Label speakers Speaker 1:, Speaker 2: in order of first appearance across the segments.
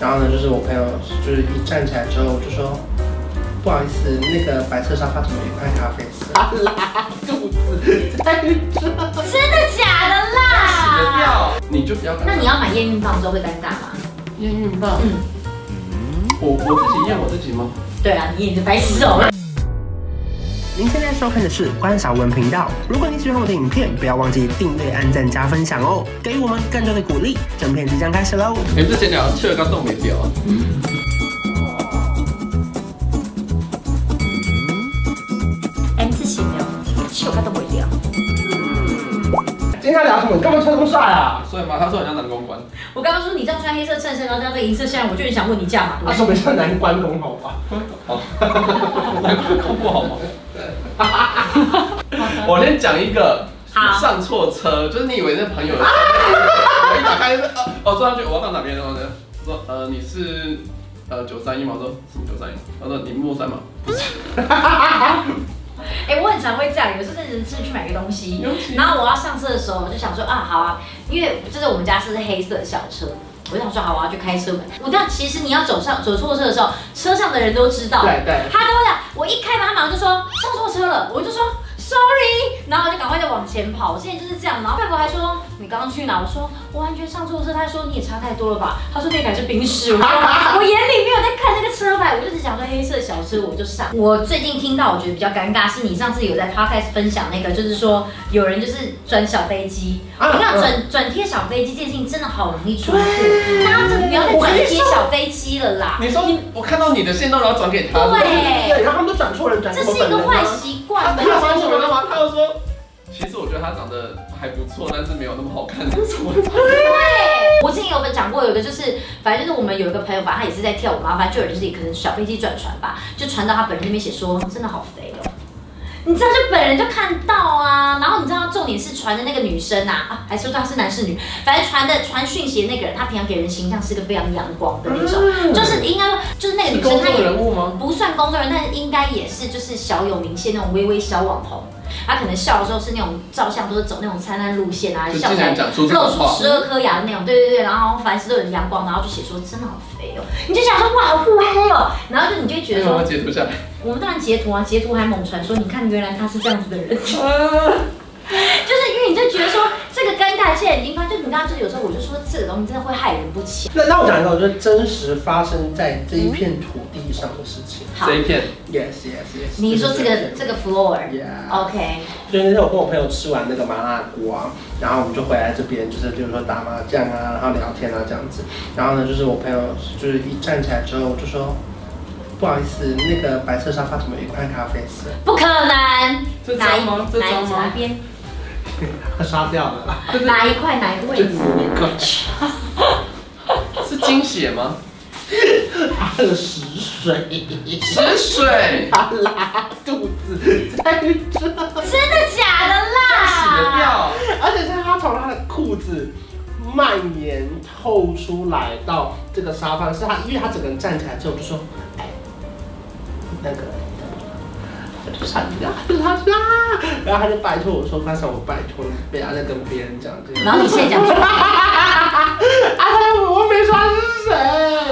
Speaker 1: 然后呢，就是我朋友就是一站起来之后我就说，不好意思，那个白色沙发怎么有一块咖啡色？
Speaker 2: 他拉肚子在这，
Speaker 3: 真的假的啦？
Speaker 2: 你就不要。
Speaker 3: 那你要买验孕棒之后会尴尬吗？
Speaker 2: 验孕棒？
Speaker 3: 嗯，
Speaker 2: 我我自己验我自己吗？
Speaker 3: 对啊，你也是白痴哦。
Speaker 1: 您现在收看的是关少文频道。如果你喜欢我的影片，不要忘记订阅、按赞、加分享哦，给予我们更多的鼓励。整片即将开始喽！
Speaker 2: 哎，这闲聊去了刚动没聊。
Speaker 3: M 字形聊，秀他都不会聊。
Speaker 1: 今天要聊什么？你干嘛穿这么帅啊？
Speaker 2: 所以嘛，他说很像男公 关，
Speaker 3: 我刚刚说你这样穿黑色衬衫，然后加这银色线，我就很想问你价码多
Speaker 1: 他
Speaker 3: 少。
Speaker 1: 说没像男关公好吧？
Speaker 2: 男公关不好吗？我先讲一个
Speaker 3: 好
Speaker 2: 上错车，就是你以为那朋友，我一打开就是呃，哦，坐上去，我要到哪边？然后呢，说呃你是呃九三一吗？我说什么九三一？他说你木三吗？啊
Speaker 3: 哎、我很常会这样，有时候真的是去买个东西
Speaker 2: 尤其，
Speaker 3: 然后我要上车的时候，我就想说啊，好啊，因为就是我们家是黑色小车，我就想说好，我要去开车门。我但其实你要走上走错车的时候，车上的人都知道，
Speaker 2: 对对，
Speaker 3: 他跟我讲，我一开门，他马上就说上错车了，我就说 sorry，然后我就赶快再往前跑。我之前就是这样，然后外婆还说你刚刚去哪？我说我完全上错车。他说你也差太多了吧？他说那台是冰室，我说 我眼里没有在看那个车牌，我就只想说黑色小车我就上。我最近听到我觉得比较尴尬是你上次有在 podcast 分享那个，就是说有人就是转小飞机，
Speaker 1: 啊
Speaker 3: 你看
Speaker 1: 嗯
Speaker 3: 转转贴小飞机这件事情真的好容易出事，大家真的不要再转贴小飞机了啦。
Speaker 2: 你说我看到你的线动，然后转给他，
Speaker 3: 对。
Speaker 1: 对，然后他们都转错人，转
Speaker 3: 这
Speaker 1: 错
Speaker 3: 是一
Speaker 1: 本
Speaker 3: 个
Speaker 1: 人
Speaker 3: 坏
Speaker 1: 啊。
Speaker 3: 习
Speaker 2: 他
Speaker 3: 惯，
Speaker 2: 他
Speaker 3: 本来
Speaker 2: 说
Speaker 3: 就
Speaker 2: 什
Speaker 3: 是
Speaker 2: 么的吗？他就说，其实我觉得他长得还不错，但是没有那么好看。
Speaker 3: 我之前有讲过，有一个就是，反正就是我们有一个朋友吧，他也是在跳舞嘛，反正就有人就是可能小飞机转船吧，就传到他本人那边写说，真的好肥哦。你知道，就本人就看到啊，然后你知道重点是传的那个女生啊，啊，还说她是男是女，反正传的传讯息的那个人，她平常给人形象是个非常阳光的那种，就是应该就是那个
Speaker 2: 是
Speaker 3: 女生
Speaker 2: 公
Speaker 3: 她
Speaker 2: 众
Speaker 3: 也
Speaker 2: 人物吗？
Speaker 3: 不算工作人员，但应该也是就是小有名气那种微微小网红。他可能笑的时候是那种照相都是走那种灿烂路线啊，
Speaker 2: 就
Speaker 3: 笑
Speaker 2: 竟
Speaker 3: 起
Speaker 2: 然
Speaker 3: 来
Speaker 2: 讲出这种
Speaker 3: 露出
Speaker 2: 话，
Speaker 3: 十二颗牙的那种，对对对，然后凡事都有阳光，然后就写说真的好肥哦，你就想说哇好腹黑哦，然后就你就会觉
Speaker 2: 为
Speaker 3: 得
Speaker 2: 什么
Speaker 3: 说，
Speaker 2: 截图下来？
Speaker 3: 我们当然截图啊，截图还猛传说，你看原来他是这样子的 人，就是因为你就觉得说这个尴尬现在已经发，就你刚刚就有时候我就说这个东西真的会害人不浅，
Speaker 1: 那那我讲一个，我觉得真实发生在这一片土地上的事情。
Speaker 3: 好
Speaker 2: 这，一片
Speaker 1: Yes, yes, yes。
Speaker 3: 你说 这个这个 floor，OK，、
Speaker 1: ，Yeah。就是那天我跟我朋友吃完那个麻辣锅啊，然后我们就回来这边，就是比如说打麻将啊，然后聊天啊这样子。然后呢，就是我朋友就是一站起来之后，我就说，不好意思，那个白色沙发怎么有一块咖啡色？
Speaker 3: 不可能，
Speaker 2: 这
Speaker 3: 哪一
Speaker 2: 张吗？这
Speaker 3: 哪
Speaker 2: 张
Speaker 3: 一哪
Speaker 2: 吗？
Speaker 3: 边？
Speaker 1: 他杀掉了。
Speaker 3: 哪一块哪一个位置？
Speaker 2: 是精血吗？
Speaker 1: 他的食水，
Speaker 2: 止水，
Speaker 1: 他拉肚子在这，
Speaker 3: 真的假的
Speaker 2: 洗得
Speaker 3: 啦？
Speaker 2: 掉。
Speaker 1: 而且是他从他的裤子。蔓延透出来到这个沙发，是他，因为他整个人站起来之后就说，哎，那个，就想呀，就是他说啊，然后他就拜托我说，关少，我拜托你不要再跟别人讲这个。
Speaker 3: 然后你现在讲出来，
Speaker 1: 哎，我没说他是谁。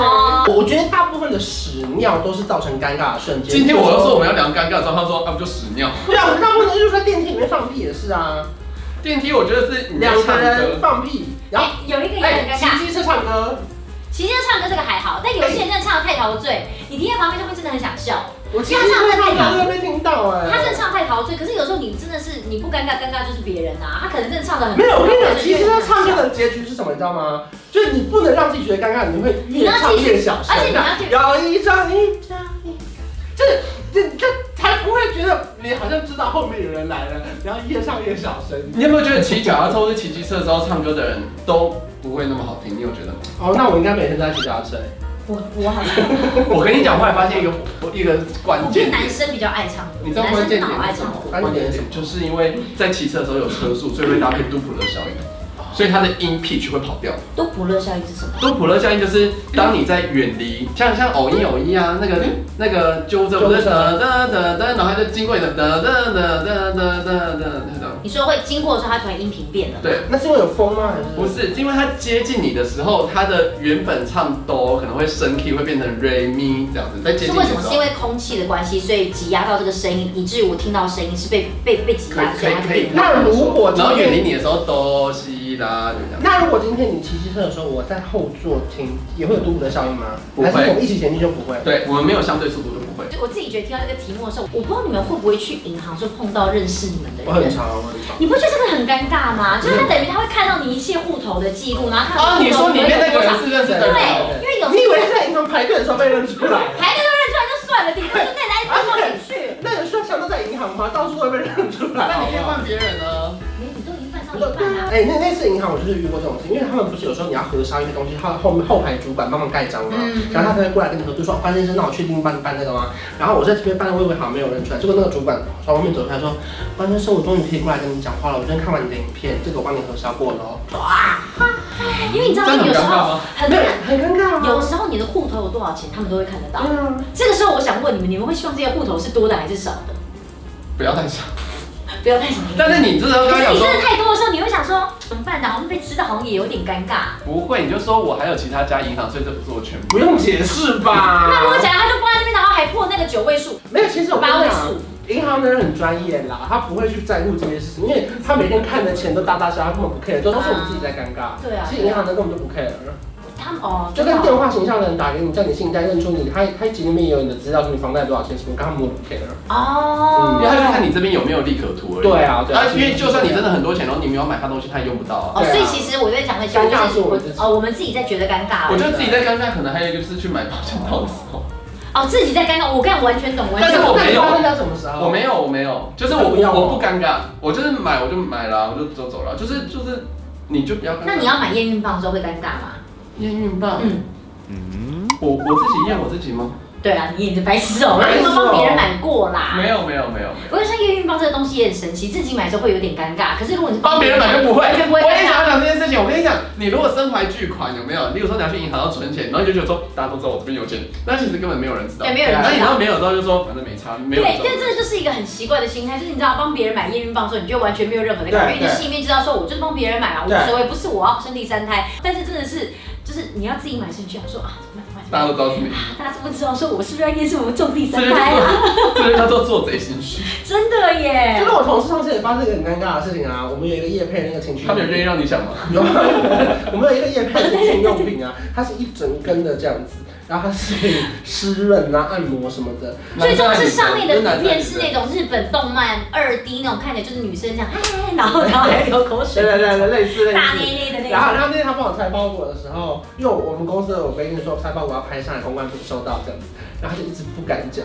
Speaker 3: 哦
Speaker 1: 我觉得大部分的屎尿都是造成尴尬的瞬间。
Speaker 2: 今天我又说我们
Speaker 1: 要，
Speaker 2: 要聊尴尬，然后他说啊不就屎尿。
Speaker 1: 对啊，我们大部分就是在电梯里面放屁也是啊，
Speaker 2: 电梯我觉得是你在
Speaker 1: 两
Speaker 2: 唱
Speaker 1: 个人
Speaker 2: 歌，
Speaker 1: 放屁，然后
Speaker 3: 哎，有一个也很
Speaker 1: 哎，
Speaker 3: 尴
Speaker 1: 骑
Speaker 3: 尬。
Speaker 1: 机车唱歌，
Speaker 3: 其实唱歌这个还好，但有些人真的唱的太陶醉，你听在旁边就会真的很想笑。
Speaker 1: 我骑机车唱歌都没听到哎。
Speaker 3: 他真的唱太陶醉，可是有时候你真的是你不尴尬，尴尬就是别人啊。他可能真的唱的很
Speaker 1: 没有，我跟你讲，
Speaker 3: 陶醉
Speaker 1: 骑机车唱歌的结局是什么，你知道吗？就是你不能让自己觉得尴尬，你会越唱越小声。
Speaker 3: 而且你要去
Speaker 1: 摇一张一张一张，就是这这才不会觉得你好像知道后面有人来了，然后越唱越小声。
Speaker 2: 你有没有觉得骑脚踏车或者骑机车的时候唱歌的人都不会那么好听？你有觉得吗？
Speaker 1: 哦，那我应该每天都在骑脚踏车。
Speaker 3: 我我好像
Speaker 2: 我跟你讲，我后来发现一个一个关
Speaker 3: 我觉得
Speaker 2: 键
Speaker 3: 男
Speaker 2: 点，
Speaker 3: 生比较爱唱歌，
Speaker 2: 你知道
Speaker 3: 男
Speaker 2: 关
Speaker 3: 生
Speaker 2: 键
Speaker 3: 真
Speaker 2: 点
Speaker 3: 的好爱
Speaker 2: 是什
Speaker 3: 唱
Speaker 2: 么
Speaker 3: 歌？。
Speaker 2: 关键点就是因为在骑车的时候有车速，所以会搭配杜普勒效应，所以它的音 pitch 会跑掉。
Speaker 3: 都不乐效应是什么？
Speaker 2: 多普勒效应就是当你在远离，像像偶一偶一啊，那个那个纠正不
Speaker 1: 纠
Speaker 2: 是哒
Speaker 1: 正
Speaker 2: 哒哒哒，然后它就经过你的哒哒哒哒哒哒哒哒，
Speaker 3: 你说会经过的时候，它突然音频变了。
Speaker 2: 对，
Speaker 1: 那是因为有风吗？还是
Speaker 2: 不是，因为它接近你的时候，它的原本唱哆可能会升 key，会变成 re mi 这样子，在
Speaker 3: 是
Speaker 2: 接近你
Speaker 3: 为什么？
Speaker 2: 的时
Speaker 3: 是因
Speaker 2: 候，
Speaker 3: 为空气的关系，所以挤压到这个声音，以至于我听到声音是被被被挤压，
Speaker 2: 可以
Speaker 3: 所以它就
Speaker 2: 可以
Speaker 3: 变
Speaker 2: 可以
Speaker 1: 那如果今
Speaker 2: 然后远离
Speaker 1: 天，
Speaker 2: 你的时候哆西啦就这样。
Speaker 1: 那如果今天你骑机车的时候，我在后座听，也会有肚子的效应吗？
Speaker 2: 不会
Speaker 1: 还是我们一起前进就不会？
Speaker 2: 对，我们没有相对速度就不会。
Speaker 3: 就我自己觉得听到这个题目的时候，我不知道你们会不会去银行就碰到认识你们的
Speaker 1: 我很
Speaker 3: 人。嗯
Speaker 1: 长，我很长。
Speaker 3: 你不觉得这个很尴尬吗？就是他等于他会看到你一切户头的记录，然后看
Speaker 2: 啊，你说里面那个人
Speaker 3: 对，
Speaker 2: 是认识的人哦？
Speaker 3: 因为有
Speaker 1: 你以为是在银行排队的时候被认出来？
Speaker 3: 排队都认出来就算了，顶多就在哪里碰到你去。
Speaker 1: 那有需要想到在银行吗？到处都会被认出来。
Speaker 2: 那
Speaker 1: 好
Speaker 2: 你可以
Speaker 1: 不好
Speaker 2: 换别人啊。
Speaker 3: 没，你都已经犯上一半了。
Speaker 1: 哎、那那次银行我就是遇过这种事，因为他们不是有时候你要核销一些东西，他后面后排主管帮忙盖章吗？
Speaker 3: 嗯
Speaker 1: 然后他才会过来跟你核对说，关先生，那我确定帮你办那个吗？然后我在这边办，我以为好像没有认出来，结果那个主管从后面走出来说，关先生，我终于可以过来跟你讲话了，我今天看完你的影片，这个我帮你核销过了哦，
Speaker 3: 因为你知道，有时候很
Speaker 1: 没
Speaker 3: 多
Speaker 1: 有
Speaker 3: 人，
Speaker 1: 很尴尬啊
Speaker 3: 有啊
Speaker 1: 吗？
Speaker 3: 时候你的户头有多少钱，他们都会看得到。
Speaker 1: 对啊，
Speaker 3: 这个时候，我想问你们，你们会希望这些户头是多的还是少的？
Speaker 2: 不要太想。
Speaker 3: 不要太想。
Speaker 2: 但是你真的要跟
Speaker 3: 可
Speaker 2: 他
Speaker 3: 是
Speaker 2: 讲
Speaker 3: 你
Speaker 2: 说
Speaker 3: 真，的太多的时候，你会想说怎么办呢？好像被吃到，好像也有点尴尬。
Speaker 2: 不会，你就说我还有其他家银行，所以这不是我全部。
Speaker 1: 不用解释吧？
Speaker 3: 那如果假如他就挂在那边，然后还破那个九位数、
Speaker 1: 没有，其实我跟
Speaker 3: 八
Speaker 1: 你
Speaker 3: 位
Speaker 1: 讲。
Speaker 3: 数，
Speaker 1: 银行的人很专业啦，他不会去在乎这些事情，因为他每天看的钱都大大小小，他根本不 care，都都是我们自己在尴尬。
Speaker 3: 对啊
Speaker 1: 其实银行的根本就不 care。
Speaker 3: 他们哦，
Speaker 1: 就
Speaker 3: 真的
Speaker 1: 跟
Speaker 3: 哦
Speaker 1: 电话形象的人打给你，叫你信贷认出你，他他其实里面有你的资料，说你房贷多少钱什么，刚刚摸不 care。
Speaker 3: 哦
Speaker 2: 因为他就看你这边有没有利可图而已。
Speaker 1: 啊对啊，对啊
Speaker 2: 啊，，因为就算你真的很多钱，然后你没有买他东西，他也用不到啊。
Speaker 3: 哦，所以其实我在讲的其实
Speaker 1: 尴尬
Speaker 3: 就是是
Speaker 1: 我
Speaker 3: 我
Speaker 1: 们自己
Speaker 3: 哦，我们自己在觉得尴尬
Speaker 1: 啊
Speaker 2: 我
Speaker 3: 了
Speaker 2: 觉得自己在尴尬，可能还有一个就是去买保险套的时 候，
Speaker 3: 哦，自己在尴尬，我刚完全懂，完
Speaker 2: 但
Speaker 3: 全
Speaker 2: 是
Speaker 3: 懂。
Speaker 2: 我没有
Speaker 1: 发生在什么时候？
Speaker 2: 我没有，我没有，就是我不我不尴尬，我就是买我就买了，我就走走了，就是就是你就不要尴尬。
Speaker 3: 那你要买验孕棒的时候会尴尬吗？
Speaker 2: 验孕棒？
Speaker 3: 嗯，
Speaker 2: 我我自己验我自己吗？
Speaker 3: 对啊，你也白痴哦，
Speaker 1: 白痴哦
Speaker 3: 我都帮别人买过
Speaker 1: 啊
Speaker 3: 啦。
Speaker 2: 没有没有没有没有，
Speaker 3: 我觉得像验孕棒这个东西也很神奇，自己买的时候会有点尴尬，可是如果你是
Speaker 2: 帮别人买就不会。
Speaker 3: 完全不会
Speaker 2: 我也
Speaker 3: 尴
Speaker 2: 想
Speaker 3: 尬。
Speaker 2: 要讲这件事情，我跟你讲，你如果身怀巨款有没有？例如说你要去银行要存钱，然后你就觉得说大家都知道我这边有钱，但其实根本没有人知道。啊
Speaker 3: 对没有人知道
Speaker 2: 那你然后没有知道就说反正没差，没有人
Speaker 3: 对，
Speaker 2: 知
Speaker 3: 但
Speaker 2: 道。
Speaker 3: 这就是一个很奇怪的心态，就是你知道帮别人买验孕棒的时候，你就完全没有任何的感觉，
Speaker 1: 对
Speaker 3: 因为你心里面知道说我就是帮别人买啊，无
Speaker 1: 对
Speaker 3: 所谓，不是我要生第三胎，但是真的是就是你要自己买进去，想说啊，怎么办怎么办？
Speaker 2: 大家都知道
Speaker 3: 怎
Speaker 2: 是
Speaker 3: 么
Speaker 2: 你，
Speaker 3: 办大家都不知道说我是不是要验证我中第
Speaker 2: 这
Speaker 3: 三
Speaker 2: 就
Speaker 3: 胎啊？
Speaker 2: 叫做这就叫做做贼心虚。
Speaker 3: 真的耶
Speaker 1: 哎就是！我同事上次也发生一个很尴尬的事情啊，我们有一个叶配那个情趣，啊
Speaker 2: 他们有愿意让你想吗？
Speaker 1: 有 吗我们有一个叶配情趣用品啊，它是一整根的这样子，然后它是可以湿润啊、按摩什么的，
Speaker 3: 最终是上面的
Speaker 2: 男
Speaker 3: 图
Speaker 2: 生还
Speaker 3: 片
Speaker 2: 女
Speaker 3: 是
Speaker 2: 生
Speaker 3: 那种日本动漫二 D 那种，看起来就是女生这样，哎然后然后还流口
Speaker 1: 对
Speaker 3: 水，
Speaker 1: 对对，对类似类
Speaker 3: 大
Speaker 1: 似。
Speaker 3: 咧咧的
Speaker 1: 然
Speaker 3: 那种
Speaker 1: 后，。然后那天他帮我拆包裹的时候，因为我们公司有规定说拆包裹要拍上来，公关部收到这样子，然后他就一直不敢讲，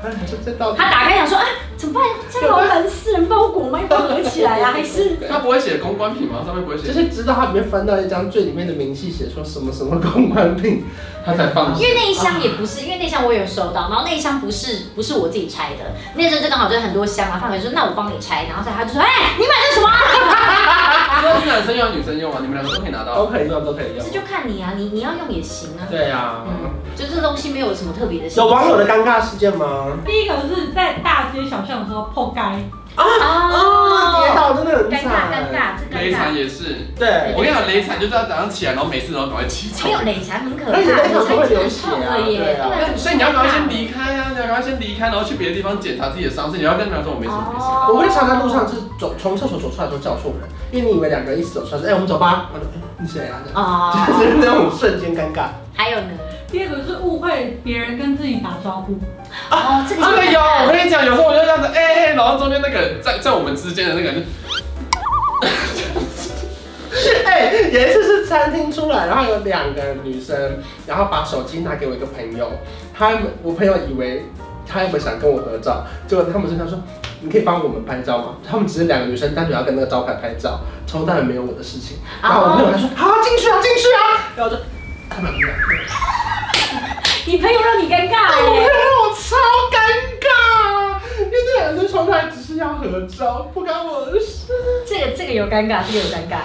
Speaker 1: 他就这到底
Speaker 3: 他打开想说啊，怎么办？这老板私人包裹吗？要不要合起来啊？还是
Speaker 2: 他不会写公关品吗？上面不会
Speaker 1: 就
Speaker 2: 写，
Speaker 1: 是直到他里面翻到一张最里面的明细，写说什么什么公关病，
Speaker 2: 他才放
Speaker 3: 因
Speaker 2: 心。
Speaker 3: 为那一箱也不是，因为那一箱我也有收到，然后那一箱不是不是我自己拆的，那时候就刚好就很多箱嘛，范伟说那我帮你拆，然后所以他就说哎、你买的什么啊？
Speaker 2: 那是男生用，女生用啊，你们两个都可以拿到。
Speaker 1: 都可以哦用，都可以用
Speaker 3: 这。就看你啊，你你要用也行啊，
Speaker 1: 对啊，
Speaker 3: 嗯，就这东西没有什么特别的。
Speaker 1: 有网友的尴尬事件吗？
Speaker 4: 第一个是在大街小巷的时候破街，
Speaker 1: 啊，跌
Speaker 3: 哦，
Speaker 1: 倒真的很
Speaker 3: 尴尬尴
Speaker 1: 惨。
Speaker 3: 尬，这
Speaker 2: 雷
Speaker 3: 尴尬
Speaker 2: 惨，也是，
Speaker 1: 对，
Speaker 2: 我跟你讲，雷惨就是要早上起来，然后每次都要赶快起
Speaker 3: 没
Speaker 2: 床。
Speaker 3: 有累才很可怕，
Speaker 1: 而且那种都会流
Speaker 3: 很
Speaker 1: 血啊
Speaker 3: 痛了耶，
Speaker 1: 对啊
Speaker 3: 对，
Speaker 2: 所以你要赶快先离开啊，你要赶快先离开，然后去别的地方检查自己的伤势。你要跟他们说我没事，没事。
Speaker 3: 哦
Speaker 1: 我会常在路上就是走从厕所走出来的时候叫错人，因为你以为两个人一起走出来说，哎，我们走吧，我就哎你谁啊？
Speaker 3: 哦，
Speaker 1: 就是那种瞬间尴尬。
Speaker 3: 还有呢，
Speaker 4: 第二个是误会别人跟自己打招呼，
Speaker 3: 哦，这个
Speaker 2: 这个
Speaker 3: 也
Speaker 2: 啊有，我
Speaker 3: 尴尬
Speaker 2: 跟你讲，有时候我就这样子，哎、哎然后中间那个人在在我们之间的那个人
Speaker 1: 是 哎，有一次是餐厅出来，然后有两个女生，然后把手机拿给我一个朋友，他们我朋友以为他们想跟我合照，结果他们就想说。你可以帮我们拍照吗？他们只是两个女生，单纯要跟那个招牌拍照，从头到尾没有我的事情。然后我朋友还说：“好、进去啊，进去啊！”然后我就，他们两个，
Speaker 3: 你朋友让你尴
Speaker 1: 哎
Speaker 3: 尬
Speaker 1: 我朋
Speaker 3: 耶，
Speaker 1: 友超尴尬，因为那两个人从头来只是要合照，不干我的事。
Speaker 3: 这个这个有尴尬，这个有尴尬。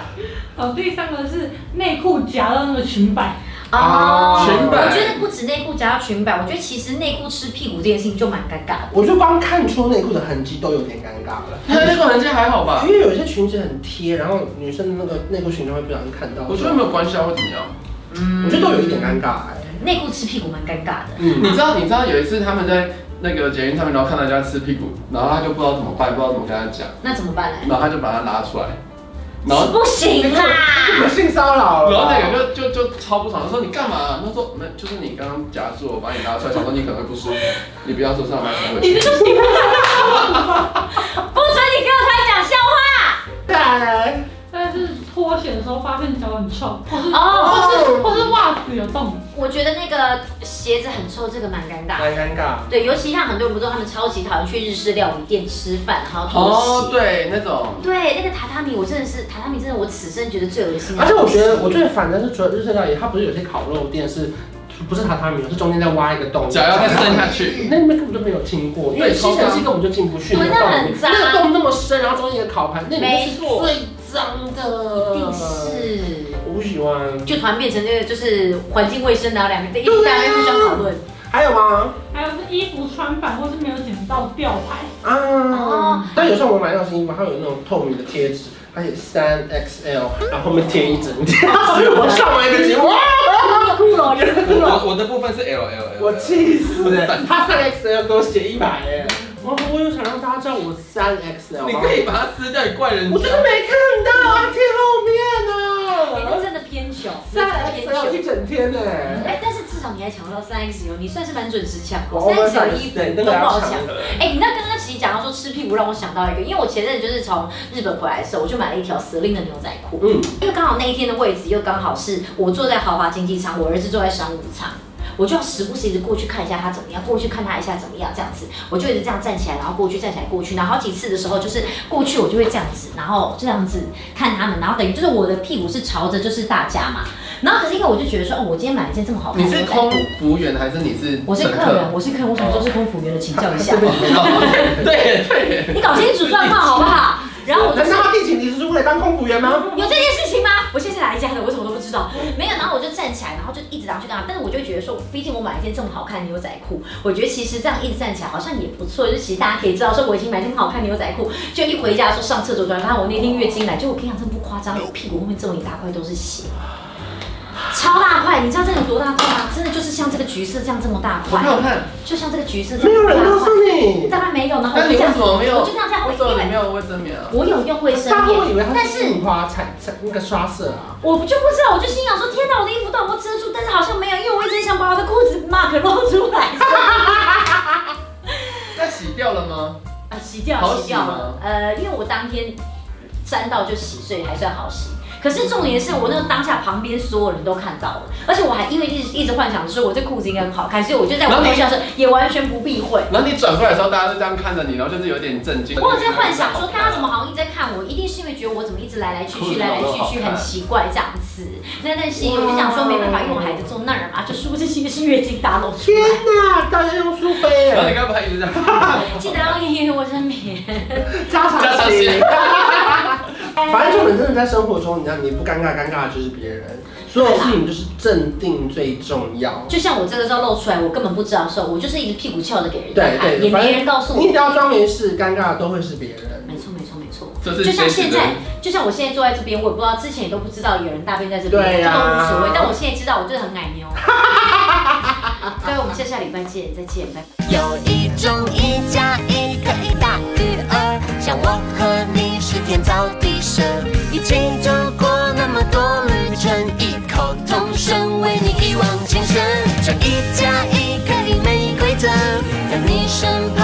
Speaker 4: 哦然后第三个是内裤夹到那个裙摆，
Speaker 1: 啊
Speaker 3: 哦，
Speaker 2: 裙摆
Speaker 3: 我觉得不止直内裤夹到裙摆，我觉得其实内裤吃屁股这件事情就蛮尴尬的。
Speaker 1: 我就光看出内裤的痕迹都有点尴尬了。
Speaker 2: 那那个痕迹还好吧？
Speaker 1: 因为有些裙子很贴，然后女生的那个内裤裙就会不小心看到。
Speaker 2: 我觉得没有关系啊，会怎么样？
Speaker 3: 嗯
Speaker 1: 我觉得都有一点尴尬哎、
Speaker 3: 内裤吃屁股蛮尴尬的。
Speaker 1: 嗯，
Speaker 2: 你知道你知道有一次他们在那个捷运上面，然后看到人家吃屁股，然后他就不知道怎么办，不知道怎么跟他讲，
Speaker 3: 那怎么办呢？
Speaker 2: 然后他就把他拉出来，然后
Speaker 3: 不行啦，
Speaker 1: 有性骚扰了。
Speaker 2: 然后那个人就就就超不爽，他说你干嘛？他说没，就是你刚刚夹住我，把你拉出来，想说你可能会不舒服，你不要受伤，我把你回
Speaker 4: 你
Speaker 2: 去。
Speaker 4: 这就是你
Speaker 3: 不准你给我开讲笑话。
Speaker 1: 对，
Speaker 4: 但是脱鞋的时候发现脚很臭，或是
Speaker 3: 哦，
Speaker 4: 或是或是袜子有洞，
Speaker 3: 我觉得那个鞋子很臭，这个蛮尴尬。
Speaker 1: 蛮尴尬。
Speaker 3: 对，尤其像很多人不知道，他们超级讨厌去日式料理店吃饭，然后
Speaker 2: 哦，
Speaker 3: 脱鞋。
Speaker 2: 对，那种
Speaker 3: 对，那个榻榻米，我真的是榻榻米，真的我此生觉得最恶心的。
Speaker 1: 而且我觉得我最烦的是，除了日式料理，它不是有些烤肉店是不是榻榻米，是中间再挖一个洞，
Speaker 2: 脚要再伸下去，
Speaker 1: 那你们根本就没有听过，因为吸尘器根本就进不去
Speaker 3: 对
Speaker 1: 那个洞里
Speaker 3: 那很脏
Speaker 1: 那个洞那么深，然后中间一个烤盘，那里就是
Speaker 3: 没错
Speaker 1: 最脏的，
Speaker 3: 一定，是。
Speaker 1: 我不喜欢。
Speaker 3: 就突然变成那个就是环境卫生的两个，一
Speaker 1: 对啊
Speaker 3: 直大家互相讨论。
Speaker 1: 还有吗？
Speaker 4: 还有是衣服穿反或是没有剪到吊牌，
Speaker 1: 啊
Speaker 3: 哦，
Speaker 1: 但有时候我买那种新衣服，它有那种透明的贴纸，而且三 XL，然后后面贴一整天。我上完一个节目，哇
Speaker 3: 酷了，
Speaker 2: 我我的部分是 L L L，
Speaker 1: 我气死了。他三 XL 给我写一百哎，我我有想让大家知道我三 XL
Speaker 2: 你
Speaker 1: 吗？
Speaker 2: 可以把它撕掉，你怪人
Speaker 1: 我真
Speaker 2: 家。
Speaker 1: 的没看到啊，贴后面
Speaker 3: 哎
Speaker 1: 呢、
Speaker 3: 那真的偏穷，
Speaker 1: 三
Speaker 3: 那真的
Speaker 1: XL 一整天呢、
Speaker 3: 哎，但是至少你还抢到三 X 油，你算是蛮准时抢
Speaker 1: 我
Speaker 3: 过。
Speaker 1: 欧
Speaker 3: 三
Speaker 1: 文
Speaker 3: X
Speaker 1: 上
Speaker 3: 油衣服
Speaker 1: 对那
Speaker 3: 都不
Speaker 1: 个要
Speaker 3: 好
Speaker 1: 抢
Speaker 3: 抢。
Speaker 1: 的。
Speaker 3: 哎、你那刚刚其实讲到说吃屁股，让我想到一个，因为我前阵子就是从日本回来的时候，我就买了一条 Celine 的牛仔裤，
Speaker 1: 嗯，
Speaker 3: 因为刚好那一天的位置又刚好是我坐在豪华经济舱，我儿子坐在商务舱。我就要时不时一直过去看一下他怎么样，过去看他一下怎么样，这样子，我就一直这样站起来，然后过去站起来过去，然后好几次的时候就是过去我就会这样子，然后这样子看他们，然后等于就是我的屁股是朝着就是大家嘛，然后可是因为我就觉得说，哦，我今天买了一件这么好看的
Speaker 2: 你是
Speaker 3: 牛仔
Speaker 2: 空
Speaker 3: 裤，
Speaker 2: 服务员还是你是
Speaker 3: 我是
Speaker 2: 乘
Speaker 3: 客人，？我是客人，我什么时候是空服员的，请教一下。
Speaker 2: 哦对对，
Speaker 3: 你搞清楚状况好不好？然后我就
Speaker 1: 难
Speaker 3: 说
Speaker 1: 道他地勤你是为了当空服员吗？
Speaker 3: 有这件事情吗？我现在哪一家的？我什么都不知道。没有，然后我就站起来，然后就一直打去干嘛？但是我就觉得说，毕竟我买了一件这么好看的牛仔裤，我觉得其实这样一直站起来好像也不错。就其实大家可以知道说我已经买这么好看的牛仔裤，就一回家说上厕所，突然发现我那天月经来，就我跟你讲真不夸张，我屁股后面这么一大块都是血。超大块，你知道这有多大块吗？真的就是像这个橘色这样这么大
Speaker 2: 我
Speaker 3: 块
Speaker 2: 没，有看，
Speaker 3: 就像这个橘色这
Speaker 1: 没有
Speaker 3: 么
Speaker 1: 人
Speaker 3: 大
Speaker 1: 告
Speaker 3: 块
Speaker 1: 诉。你。
Speaker 3: 当然没有，然后我
Speaker 2: 那
Speaker 3: 就
Speaker 2: 你
Speaker 3: 这
Speaker 2: 为
Speaker 3: 样
Speaker 2: 什
Speaker 3: 子，
Speaker 2: 么没有？
Speaker 3: 我就这样这样，我
Speaker 2: 为什么
Speaker 3: 因
Speaker 2: 你没
Speaker 3: 为
Speaker 2: 有卫生棉啊？
Speaker 3: 我有用卫
Speaker 1: 大
Speaker 3: 生
Speaker 1: 家会以为
Speaker 3: 棉，
Speaker 1: 他
Speaker 3: 但
Speaker 1: 是
Speaker 3: 是
Speaker 1: 印花彩彩那个刷色啊，
Speaker 3: 我不就不知道，我就心想说，天哪，我的衣服到底有没有遮住？但是好像没有，因为我一直想把我的裤子 mark 露出来。 啊
Speaker 2: 那洗掉了吗？
Speaker 3: 啊，洗掉
Speaker 2: 好
Speaker 3: 了，
Speaker 2: 洗
Speaker 3: 洗掉
Speaker 2: 吗
Speaker 3: 了。呃，因为我当天沾到就洗，所以还算好洗。可是重点是我那个当下旁边所有人都看到了，而且我还因为一直一直幻想着说我这裤子应该很好看，所以我就在
Speaker 2: 然后
Speaker 3: 我
Speaker 2: 你
Speaker 3: 微笑的时候也完全不避讳。
Speaker 2: 然后你转过来的时候，大家都这样看着你，然后就是有点震惊。
Speaker 3: 我有在幻想说，大家怎么好像一直在看我，一定是因为觉得我怎么一直来来去去，来来去去很奇怪这样子。那但是我就想说没办法，因为我孩子坐那儿嘛，就殊不知其实是月经打漏出
Speaker 1: 天哪！
Speaker 3: 来，
Speaker 1: 大家用苏菲
Speaker 2: 然后
Speaker 1: 耶，
Speaker 2: 你刚不还一直这样？
Speaker 3: 记得要用用卫生棉。
Speaker 1: 加
Speaker 2: 加
Speaker 1: 长
Speaker 2: 长
Speaker 1: 型
Speaker 2: 型。
Speaker 1: 反正就你真的在生活中，你知道你不尴尬，尴尬的就是别人。所有事情就是镇定最重 要。
Speaker 3: 就像我这个时候露出来，我根本不知道的时候，我就是一直屁股翘着给人家
Speaker 1: 对对
Speaker 3: 看，也
Speaker 1: 反正
Speaker 3: 没人告诉
Speaker 1: 你只
Speaker 3: 我。
Speaker 1: 要装没事，尴尬的都会是别人。
Speaker 3: 没错没错没错，
Speaker 2: 这是
Speaker 3: 就像现
Speaker 2: 真实
Speaker 3: 在
Speaker 2: 的，
Speaker 3: 就像我现在坐在这边，我也不知道之前也都不知道有人大便在这边，
Speaker 1: 对
Speaker 3: 这
Speaker 1: 呀
Speaker 3: 都无所谓。但我现在知道，我就是很矮妞。 各位，我们下下礼拜见，再见，拜拜。
Speaker 5: 有一种一加一可以大于二，像我和你是天造地设，一起走过那么多旅程，异口同声为你一往情深。这一加一可以没规则，在你身旁